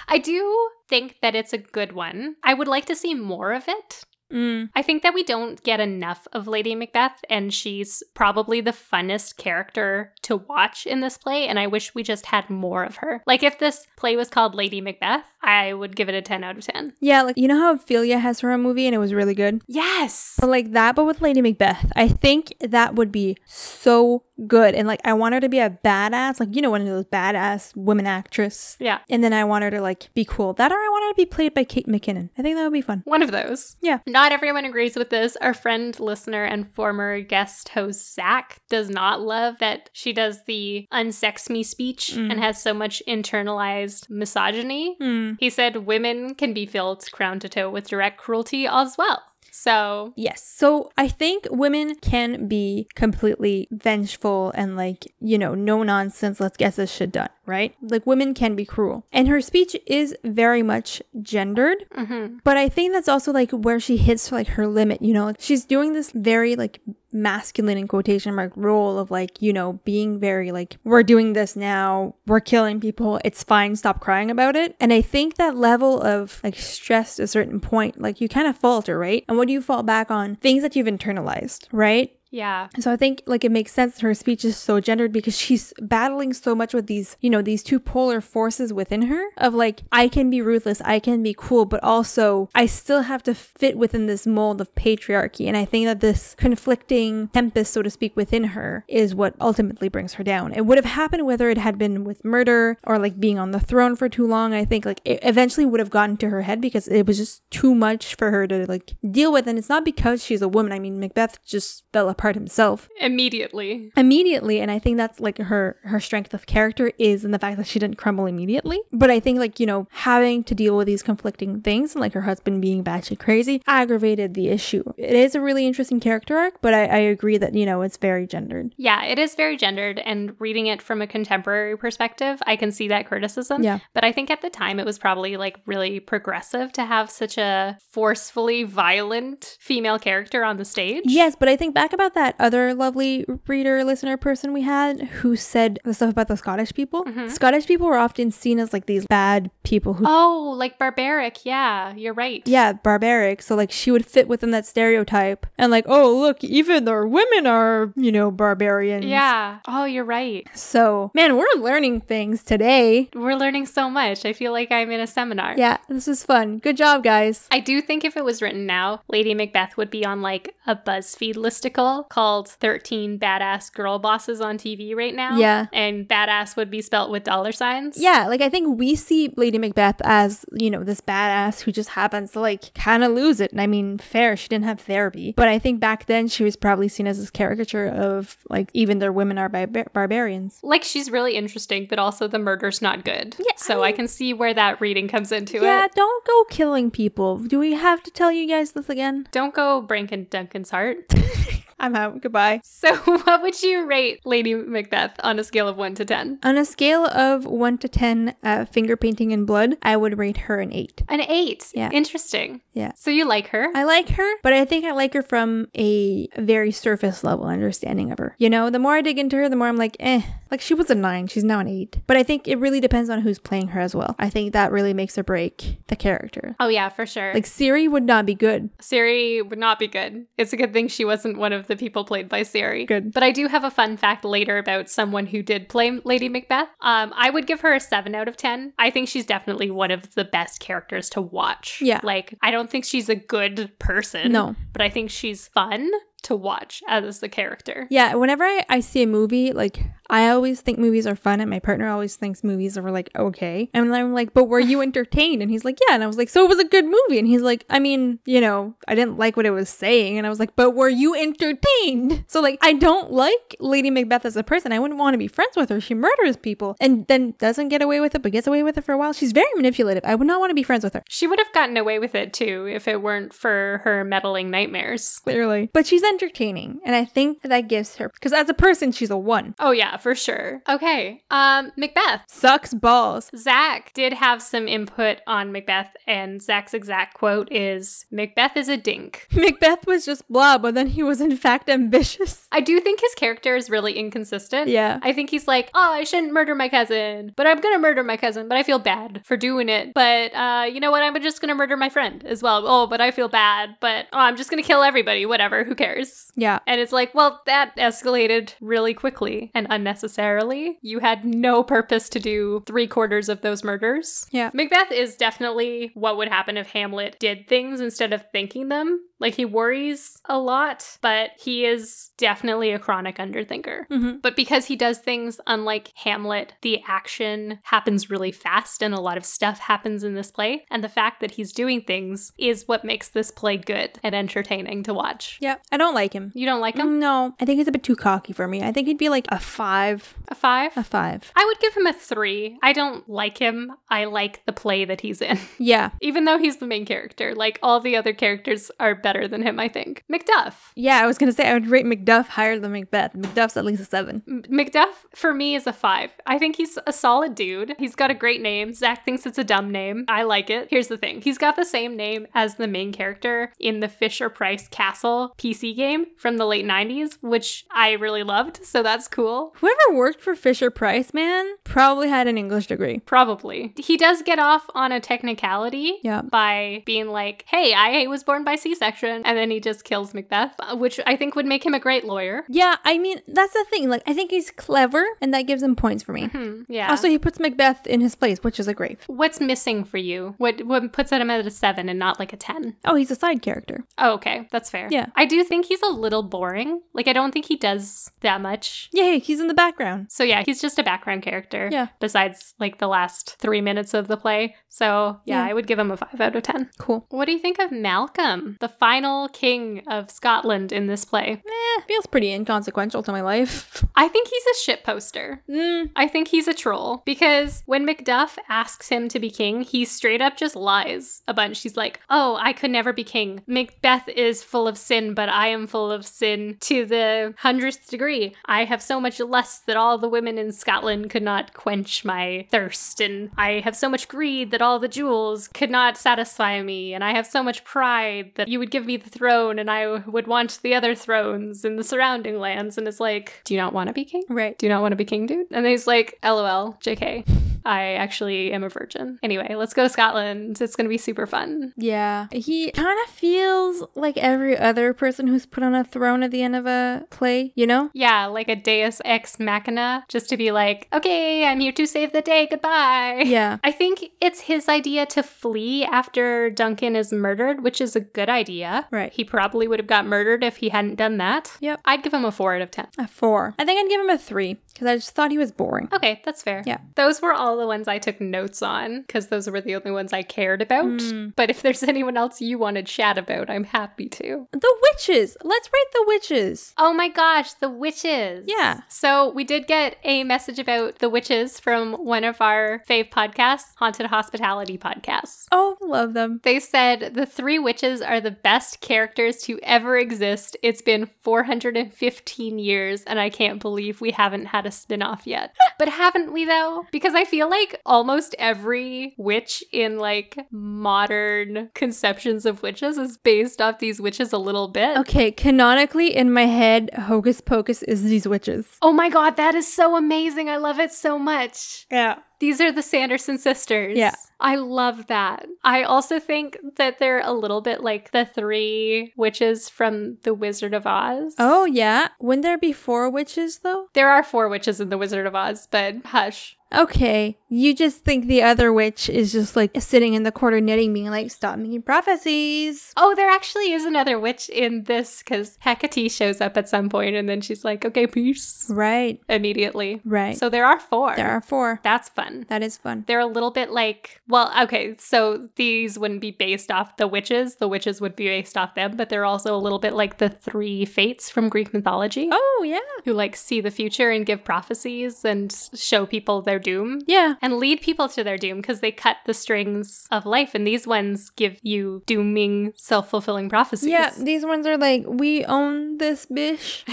S1: I do think that it's a good one. I would like to see more of it.
S2: Mm.
S1: I think that we don't get enough of Lady Macbeth, and she's probably the funnest character to watch in this play, and I wish we just had more of her. Like, if this play was called Lady Macbeth, I would give it a 10 out of 10.
S2: Yeah, like you know how Ophelia has her own movie and it was really good?
S1: Yes!
S2: But like that, but with Lady Macbeth, I think that would be so good. And like I want her to be a badass, like you know, one of those badass women actress.
S1: Yeah.
S2: And then I want her to like be cool. That or I want her to be played by Kate McKinnon. I think that would be fun.
S1: One of those.
S2: Yeah.
S1: Not everyone agrees with this. Our friend, listener, and former guest host, Zach, does not love that she does the unsex me speech
S2: Mm.
S1: and has so much internalized misogyny. He said women can be filled crown to toe with direct cruelty as well. So,
S2: Yes. So I think women can be completely vengeful and like, you know, no nonsense, let's get this shit done, right? Like women can be cruel. And her speech is very much gendered.
S1: mhm.
S2: But I think that's also like where she hits like her limit, you know. Like she's doing this very like masculine in quotation mark role of like, you know, being very like we're doing this now, we're killing people, it's fine, stop crying about it. And I think that level of like stress to a certain point, like you kind of falter, right? And what do you fall back on? Things that you've internalized, right?
S1: Yeah.
S2: So I think like it makes sense that her speech is so gendered because she's battling so much with these, you know, these two polar forces within her of like I can be ruthless, I can be cool, but also I still have to fit within this mold of patriarchy. And I think that this conflicting tempest, so to speak, within her is what ultimately brings her down. It would have happened whether it had been with murder or like being on the throne for too long. I think like it eventually would have gotten to her head because it was just too much for her to like deal with. And it's not because she's a woman. I mean, Macbeth just fell apart himself
S1: Immediately.
S2: immediately and i think that's like her her strength of character is in the fact that she didn't crumble immediately but i think like you know having to deal with these conflicting things and like her husband being batshit crazy aggravated the issue it is a really interesting character arc but i, I agree that you know it's very gendered
S1: Yeah, it is very gendered, and reading it from a contemporary perspective, I can see that criticism.
S2: Yeah.
S1: But I think at the time it was probably like really progressive to have such a forcefully violent female character on the stage.
S2: Yes, but I think back about that other lovely reader, listener person we had who said the stuff about the Scottish people. Scottish people were often seen as like these bad people who
S1: Oh, like barbaric. Yeah, you're right.
S2: yeah, barbaric. So like she would fit within that stereotype. And like, oh look, even our women are, you know, barbarians.
S1: Yeah. Oh, you're right.
S2: So man, we're learning things today.
S1: We're learning so much. I feel like I'm in a seminar.
S2: Yeah, this is fun. Good job, guys.
S1: I do think if it was written now, Lady Macbeth would be on like a BuzzFeed listicle called 13 Badass Girl Bosses on TV right now.
S2: Yeah.
S1: And badass would be spelt with dollar signs.
S2: Yeah, like I think we see Lady Macbeth as, you know, this badass who just happens to like kind of lose it. And I mean, fair, she didn't have therapy. But I think back then she was probably seen as this caricature of like even their women are barbar- barbarians.
S1: Like she's really interesting, but also the murder's not good.
S2: Yeah,
S1: So I, can see where that reading comes into
S2: Yeah,
S1: it.
S2: don't go killing people. Do we have to tell you guys this again?
S1: Don't go breaking Duncan's heart. *laughs*
S2: I'm out. Goodbye.
S1: so what would you rate Lady Macbeth on a scale of 1 to 10?
S2: On a scale of 1 to 10 uh, finger painting in blood, I would rate her an 8.
S1: An 8.
S2: Yeah.
S1: Interesting.
S2: Yeah.
S1: So you like her?
S2: I like her, but I think I like her from a very surface level understanding of her. You know, the more I dig into her, the more I'm like, eh. Like she was a 9, she's now an 8. But I think it really depends on who's playing her as well. I think that really makes or break the character.
S1: oh yeah, for sure.
S2: Like Siri would not be good.
S1: Siri would not be good. It's a good thing she wasn't one of the people played by Siri.
S2: Good.
S1: But I do have a fun fact later about someone who did play Lady Macbeth. Um, I would give her a 7 out of 10. I think she's definitely one of the best characters to watch.
S2: Yeah.
S1: Like, I don't think she's a good person.
S2: No.
S1: But I think she's fun to watch as the character.
S2: Yeah, whenever I, I see a movie, like I always think movies are fun, and my partner always thinks movies are like okay. And I'm like, but were you entertained? And he's like, yeah. And I was like, so it was a good movie. And he's like, I mean, you know, I didn't like what it was saying. And I was like, but were you entertained? *laughs* So like, I don't like Lady Macbeth as a person. I wouldn't want to be friends with her. She murders people and then doesn't get away with it, but gets away with it for a while. She's very manipulative. I would not want to be friends with her.
S1: She would have gotten away with it too if it weren't for her meddling nightmares.
S2: Clearly, but she's entertaining, and I think that gives her because as a person, she's a one.
S1: Oh yeah, for sure. Okay. Um, Macbeth.
S2: Sucks balls.
S1: Zach did have some input on Macbeth, and Zach's exact quote is Macbeth is a dink.
S2: *laughs* Macbeth was just blah, but then he was in fact ambitious.
S1: I do think his character is really inconsistent.
S2: Yeah.
S1: I think he's like, oh, I shouldn't murder my cousin, but I'm gonna murder my cousin, but I feel bad for doing it. But uh, you know what? I'm just gonna murder my friend as well. Oh, but I feel bad, but oh, I'm just gonna kill everybody. Whatever, who cares?
S2: Yeah.
S1: And it's like, well, that escalated really quickly and unnecessarily. You had no purpose to do three quarters of those murders.
S2: Yeah.
S1: Macbeth is definitely what would happen if Hamlet did things instead of thinking them. Like, he worries a lot, but he is definitely a chronic underthinker.
S2: Mhm.
S1: But because he does things unlike Hamlet, the action happens really fast and a lot of stuff happens in this play. And the fact that he's doing things is what makes this play good and entertaining to watch.
S2: Yeah. I don't like him.
S1: You don't like him?
S2: No, I think he's a bit too cocky for me. I think he'd be like a five.
S1: A five?
S2: A five.
S1: I would give him a three. I don't like him. I like the play that he's in. *laughs*
S2: Yeah.
S1: Even though he's the main character, like all the other characters are better than him, I think. Macduff.
S2: Yeah, I was gonna say I would rate Macduff higher than Macbeth. Macduff's at least a seven.
S1: M- Macduff for me is a five. I think he's a solid dude. He's got a great name. Zach thinks it's a dumb name. I like it. Here's the thing he's got the same name as the main character in the Fisher Price Castle PC game from the late 90s, which I really loved. So that's cool.
S2: Whoever worked for Fisher Price, man, probably had an English degree.
S1: Probably. He does get off on a technicality
S2: Yeah.
S1: by being like, hey, I was born by C section. And then he just kills Macbeth, which I think would make him a great lawyer.
S2: Yeah, I mean, that's the thing. Like, I think he's clever, and that gives him points *laughs* for me.
S1: Hmm, yeah.
S2: Also, he puts Macbeth in his place, which is a grave.
S1: What's missing for you? What what puts him at a seven and not like a ten?
S2: Oh, he's a side character.
S1: Oh, okay, that's fair.
S2: Yeah.
S1: I do think he's a little boring. Like I don't think he does that much.
S2: Yeah, he's in the background.
S1: So yeah, he's just a background character.
S2: Yeah.
S1: Besides like the last three minutes of the play. So yeah,
S2: Yeah.
S1: I would give him a five out of ten.
S2: Cool.
S1: What do you think of Malcolm, the final king of Scotland in this play?
S2: Eh, feels pretty inconsequential to my life. *laughs*
S1: I think he's a shit poster.
S2: Mm,
S1: I think he's a troll because when Macduff asks him to be king, he straight up just lies a bunch. He's like, "Oh, I could never be king. Macbeth is full of sin, but I am full of sin to the hundredth degree. I have so much lust that all the women in Scotland could not quench my thirst, and I have so much greed that all the jewels could not satisfy me, and I have so much pride that you would give me the throne, and I would want the other thrones in the surrounding lands." And it's like, "Do you not want to be king?"
S2: right.
S1: do you not want to be king, dude? And then he's like, LOL, JK. I actually am a virgin. Anyway, let's go to Scotland. It's going to be super fun.
S2: Yeah. He kind of feels like every other person who's put on a throne at the end of a play, you know?
S1: Yeah, like a deus ex machina, just to be like, okay, I'm here to save the day. Goodbye.
S2: Yeah.
S1: I think it's his idea to flee after Duncan is murdered, which is a good idea.
S2: Right.
S1: He probably would have got murdered if he hadn't done that.
S2: Yep.
S1: I'd give him a four out of 10.
S2: A four. I think I'd give him a three because I just thought he was boring. Uh,
S1: Okay, that's fair.
S2: Yeah.
S1: Those were all the ones I took notes on because those were the only ones I cared about.
S2: Hmm.
S1: But if there's *laughs* anyone else you want to chat about, I'm happy to.
S2: The witches. Let's rate the witches.
S1: Oh my gosh, the witches.
S2: Yeah.
S1: So we did get a message about the witches from one of our fave podcasts, Haunted Hospitality Podcasts.
S2: Oh, love them.
S1: They said the three witches are the best characters to ever exist. It's been 415 years, and I can't believe we haven't had a spin off yet. *laughs* but haven't we, though? Because I feel like almost every witch in like modern conceptions of witches is based off these witches a little bit.
S2: Okay, canonically in my head, Hocus Pocus is these witches.
S1: Oh my god, that is so amazing. I love it so much.
S2: Yeah.
S1: These are the Sanderson sisters.
S2: Yeah.
S1: I love that. I also think that they're a little bit like the three witches from The Wizard of Oz.
S2: Oh, yeah. Wouldn't there be four witches, though?
S1: There are four witches in The Wizard of Oz, but hush.
S2: Okay, you just think the other witch is just like sitting in the corner knitting, being like, stop making prophecies.
S1: Oh, there actually is another witch in this because Hecate shows up at some point and then she's like, okay, peace,
S2: Right,
S1: immediately.
S2: right.
S1: So there are four.
S2: there are four.
S1: That's fun.
S2: That is fun.
S1: they're a little bit like well okay so these wouldn't be based off the witches the witches would be based off them but they're also a little bit like the three fates from greek mythology
S2: Oh, yeah.
S1: who like see the future and give prophecies and show people their doom
S2: Yeah.
S1: and lead people to their doom because they cut the strings of life and these ones give you dooming self-fulfilling prophecies
S2: Yeah, these ones are like, we own this *laughs* bitch.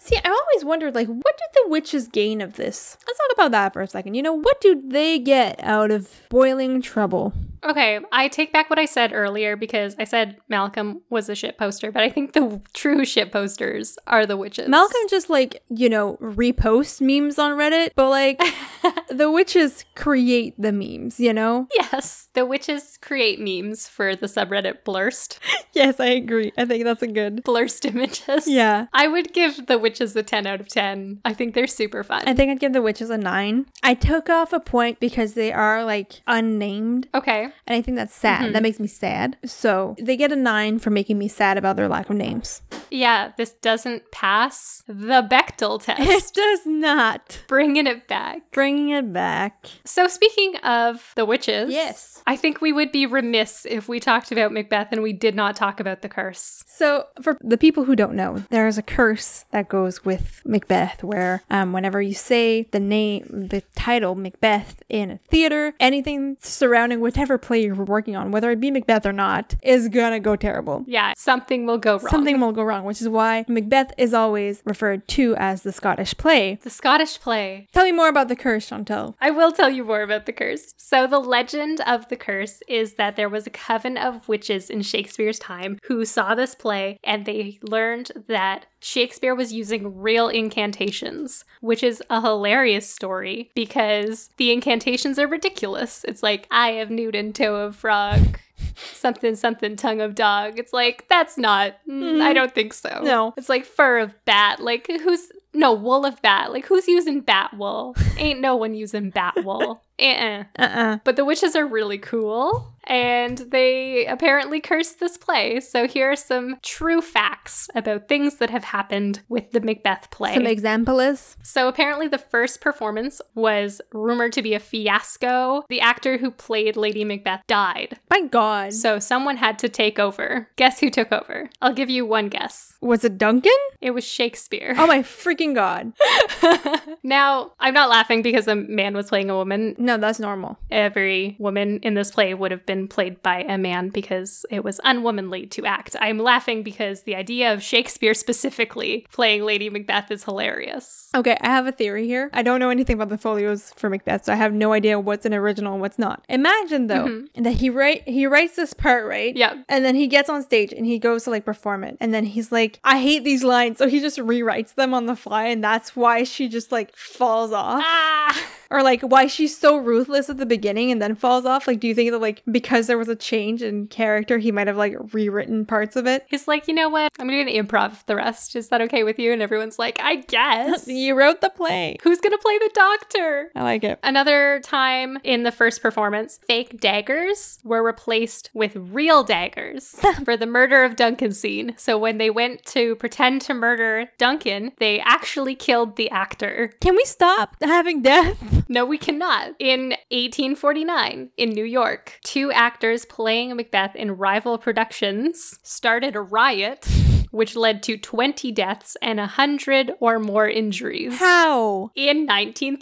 S2: See, I always wondered, like, what did the witches gain of this? Let's talk about that for a second. You know, what do they get out of boiling trouble?
S1: Okay, I take back what I said earlier because I said Malcolm was a shit poster, but I think the true shit posters are the witches.
S2: Malcolm just, like, you know, reposts memes on Reddit, but, *laughs* like, the witches create the memes, you know?
S1: *laughs* Yes, the witches create memes for the subreddit Blurst. *laughs*
S2: Yes, I agree. I think that's a good.
S1: Blurst images.
S2: Yeah.
S1: I would give the witches a 10 out of 10. I think they're super fun.
S2: I think I'd give the witches a nine. I took off a point because they are like unnamed,
S1: okay.
S2: and I think that's sad. That makes me sad. So they get a nine for making me sad about their lack of names. *laughs*
S1: Yeah, this doesn't pass the
S2: *laughs*
S1: Bechtel test.
S2: does not.
S1: Bringing it back.
S2: Bringing it back.
S1: So, speaking of the witches.
S2: Yes.
S1: I think we would be remiss if we talked about Macbeth and we did not talk about the curse.
S2: So, for the people who don't know, there is a curse that goes with Macbeth, where um, whenever you say the name, the title Macbeth in a theater, anything surrounding whatever play you're working on, whether it be Macbeth or not, is gonna go terrible.
S1: Yeah, something will go wrong.
S2: Something will go wrong. song, which is why Macbeth is always referred to as the Scottish play.
S1: The Scottish play.
S2: Tell me more about the curse, Chantel.
S1: I will tell you more about the curse. So, the legend of the curse is that there was a coven of witches in Shakespeare's time who saw this play and they learned that Shakespeare was using real incantations, which is a hilarious story because the incantations are ridiculous. It's like, eye of Newton, toe of frog. Something, something, tongue of dog. It's like, that's not, mm, I don't think so.
S2: Mm-hmm. No.
S1: It's like fur of bat. Like, who's, no, wool of bat. Like, who's using bat
S2: *laughs*
S1: wool? Ain't no one using bat wool. Uh-uh.
S2: Uh-uh.
S1: But the witches are really cool, and they apparently cursed this play. So here are some true facts about things that have happened with the Macbeth play.
S2: Some example is
S1: So apparently, the first performance was rumored to be a fiasco. The actor who played Lady Macbeth died.
S2: my God.
S1: So someone had to take over. Guess who took over? I'll give you one guess.
S2: Was it Duncan?
S1: It was Shakespeare.
S2: Oh my freaking God.
S1: now, I'm not laughing because a man was playing a woman.
S2: No, that's normal.
S1: Every woman in this play would have been played by a man because it was unwomanly to act. I'm laughing because the idea of Shakespeare specifically playing Lady Macbeth is hilarious.
S2: Okay, I have a theory here. I don't know anything about the folios for Macbeth, so I have no idea what's an original and what's not. Imagine though that he write he writes this part, right?
S1: Yeah.
S2: And then he gets on stage and he goes to like perform it. And then he's like, I hate these lines. So he just rewrites them on the fly, and that's why she just like falls off.
S1: Ah!
S2: Or like why she's so ruthless at the beginning and then falls off. Like, do you think that like because there was a change in character, he might have like rewritten parts of it?
S1: He's like, you know what? I'm gonna improv the rest. Is that okay with you? And everyone's like, I
S2: *laughs*
S1: guess.
S2: You wrote the play.
S1: Who's gonna play the doctor?
S2: I like it.
S1: Another time in the first performance, fake daggers were replaced with real daggers for the murder of Duncan scene. So when they went to pretend to murder Duncan, they actually killed the actor.
S2: Can we stop having death?
S1: No, we cannot. In 1849, in New York, two actors playing Macbeth in rival productions started a riot. Which led to 20 deaths and 100 or more injuries.
S2: How?
S1: In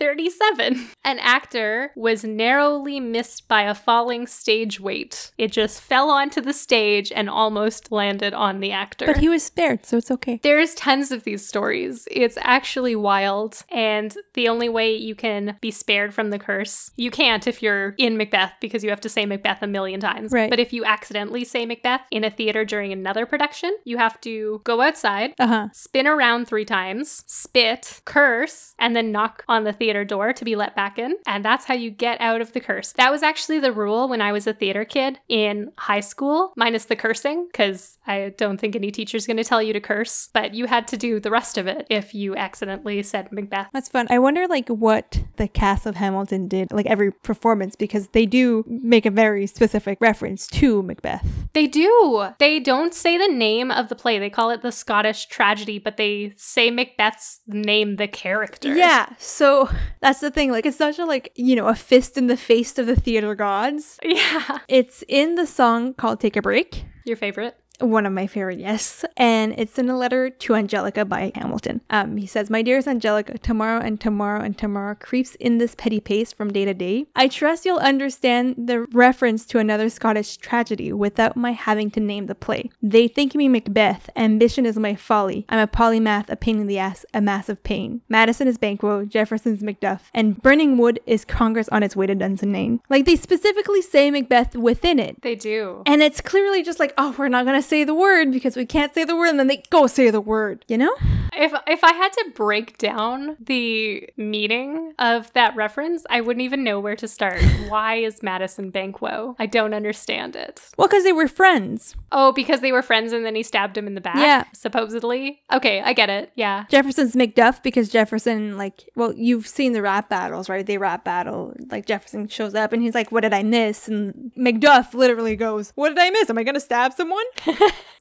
S1: 1937, an actor was narrowly missed by a falling stage weight. It just fell onto the stage and almost landed on the actor.
S2: But he was spared, so it's okay.
S1: There's tons of these stories. It's actually wild. And the only way you can be spared from the curse, you can't if you're in Macbeth because you have to say Macbeth a million times.
S2: Right.
S1: But if you accidentally say Macbeth in a theater during another production, you have to go outside,
S2: Uh huh.
S1: spin around three times, spit, curse, and then knock on the theater door to be let back in. And that's how you get out of the curse. That was actually the rule when I was a theater kid in high school, minus the cursing, because I don't think any teacher's going to tell you to curse, but you had to do the rest of it if you accidentally said Macbeth.
S2: That's fun. I wonder, like, what the cast of Hamilton did, like, every performance, because they do make a very specific reference to Macbeth.
S1: They do. They don't say the name of the play. They call it the Scottish tragedy, but they say Macbeth's name, the character.
S2: Yeah. So that's the thing. Like, it's such a, like, you know, a fist in the face of the theater gods.
S1: *laughs* Yeah.
S2: It's in the song called Take a Break.
S1: Your favorite?
S2: One of my favorite, yes. And it's in a letter to Angelica by Hamilton. Um, he says, My dearest Angelica, tomorrow and tomorrow and tomorrow creeps in this petty pace from day to day. I trust you'll understand the reference to another Scottish tragedy without my having to name the play. They think me Macbeth. Ambition is my folly. I'm a polymath, a pain in the ass, a mass of pain. Madison is Banquo, Jefferson's Macduff, and Burning Wood is Congress on its way to Dunsinane. Like they specifically say Macbeth within it.
S1: They do.
S2: And it's clearly just like, oh, we're not going to say the word because we can't say the word. And then they go say the word, you know?
S1: If if I had to break down the meaning of that reference, I wouldn't even know where to start. Why is Madison Banquo? I don't understand it.
S2: Well, because they were friends.
S1: Oh, because they were friends and then he stabbed him in the back,
S2: Yeah.
S1: supposedly. Okay, I get it. Yeah.
S2: Jefferson's Macduff because Jefferson, like, well, you've seen the rap battles, right? They rap battle. Like, Jefferson shows up and he's like, what did I miss? And Macduff literally goes, what did I miss? Am I going to stab someone?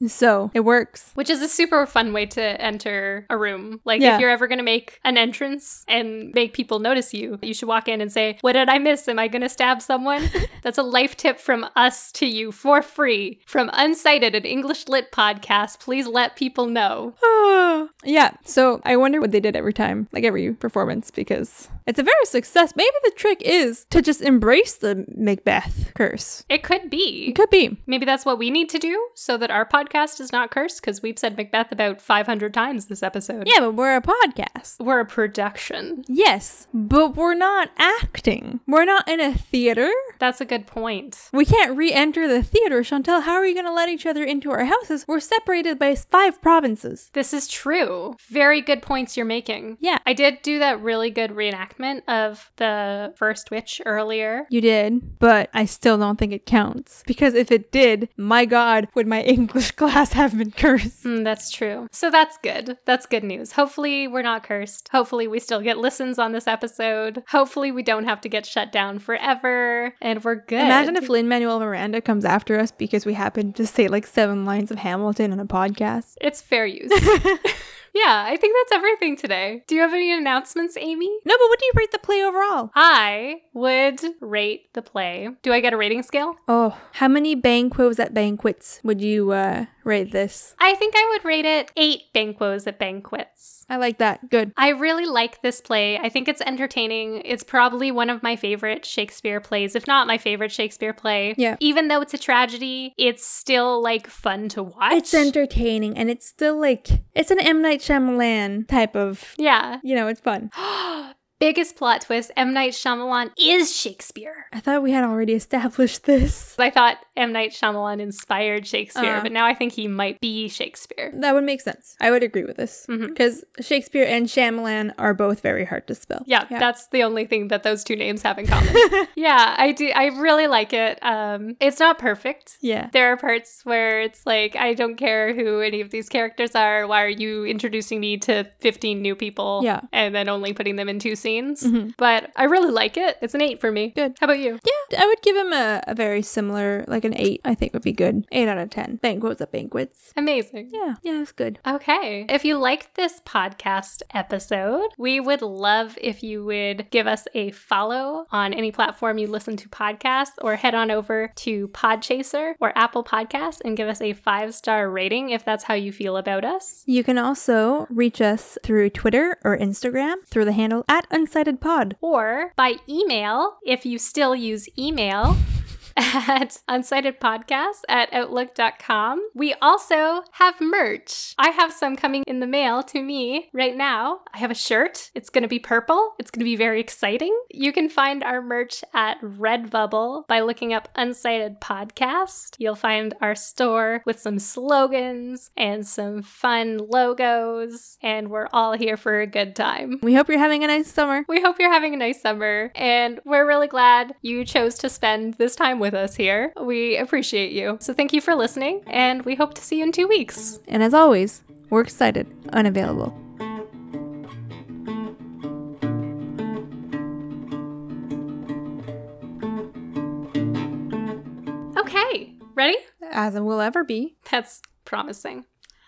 S2: so it works. *sighs*
S1: Which is a super fun way to enter a room. Like
S2: Yeah.
S1: if you're ever going to make an entrance and make people notice you, you should walk in and say, "What did I miss? Am I going to stab
S2: *laughs*
S1: someone?" That's a life tip from us to you for free from Unsighted, an English lit podcast. Please let people know.
S2: yeah. So I wonder what they did every time, like every performance, because It's a very success. Maybe the trick is to just embrace the Macbeth curse.
S1: It could be.
S2: It could be.
S1: Maybe that's what we need to do so that our podcast is not cursed because we've said Macbeth about 500 times this episode.
S2: Yeah, but we're a podcast.
S1: We're a production.
S2: Yes, but we're not acting. We're not in a theater.
S1: That's a good point.
S2: We can't re enter the theater, Chantel. How are we going to let each other into our houses? We're separated by five provinces.
S1: This is true. Very good points you're making.
S2: Yeah.
S1: I did do that really good reenactment of the first witch earlier.
S2: You did, but I still don't think it counts. Because if it did, my God, would my *laughs* English class have been cursed?
S1: Mm, that's true. So that's good. That's good news. Hopefully, we're not cursed. Hopefully, we still get listens on this episode. Hopefully, we don't have to get shut down forever. And we're good.
S2: Imagine if Lin Manuel Miranda comes after us because we happened to say like seven lines of Hamilton on a podcast.
S1: it's fair
S2: *laughs*
S1: use. yeah, I think that's everything today. Do you have any announcements, Amy?
S2: No, but what do you rate the play overall?
S1: I would rate the play. Do I get a rating scale?
S2: Oh, how many banquos at banquets would you uh, rate this?
S1: I think I would rate it eight banquos at banquets.
S2: I like that. Good.
S1: I really like this play. I think it's entertaining. It's probably one of my favorite Shakespeare plays, if not my favorite Shakespeare play.
S2: Yeah.
S1: Even though it's a tragedy, it's still like fun to watch.
S2: It's entertaining and it's still like, it's an M. Night Shyamalan type of,
S1: yeah.
S2: you know,
S1: *gasps*
S2: it's fun.
S1: Biggest plot twist M. Night Shyamalan is Shakespeare.
S2: I thought we had already established *laughs* this.
S1: I thought M. Night Shyamalan inspired Shakespeare,
S2: Uh.
S1: but now I think he might be Shakespeare.
S2: That would make sense. I would agree with this.
S1: Mm-hmm.
S2: Because Shakespeare and Shyamalan are both very hard to spell.
S1: Yeah, that's the only thing that those two names
S2: *laughs*
S1: have in common. yeah, I do. I really like it. Um, it's not perfect.
S2: Yeah.
S1: There are parts where it's like, I don't care who any of these characters are. Why are you introducing me to 15 new people?
S2: Yeah. Mm-hmm.
S1: And then only putting them in two scenes. But I really like it. It's an eight for me.
S2: Good.
S1: How about you?
S2: Yeah, I would give him a, a very similar, like an 8, I think would be good. 8 out of 10. Banquets at banquets.
S1: Amazing.
S2: Yeah. Yeah, it's good.
S1: Okay. If you liked this podcast episode, we would love if you would give us a follow on any platform you listen to podcasts or head on over to Podchaser or Apple Podcasts and give us a five star rating if that's how you feel about us.
S2: You can also reach us through Twitter or Instagram through the handle at UnsightedPod.
S1: Or by email if you still use email. *laughs* At unsightedpodcast at outlook.com. We also have merch. I have some coming in the mail to me right now. I have a shirt. It's going to be purple. It's going to be very exciting. You can find our merch at Redbubble by looking up Unsighted Podcast. You'll find our store with some slogans and some fun logos, and we're all here for a good time.
S2: We hope you're having a nice summer.
S1: We hope you're having a nice summer, and we're really glad you chose to spend this time with us here. We appreciate you. So, thank you for listening, and we hope to see you in two weeks.
S2: And as always, we're excited, unavailable.
S1: Okay, ready?
S2: As we'll ever be.
S1: That's promising.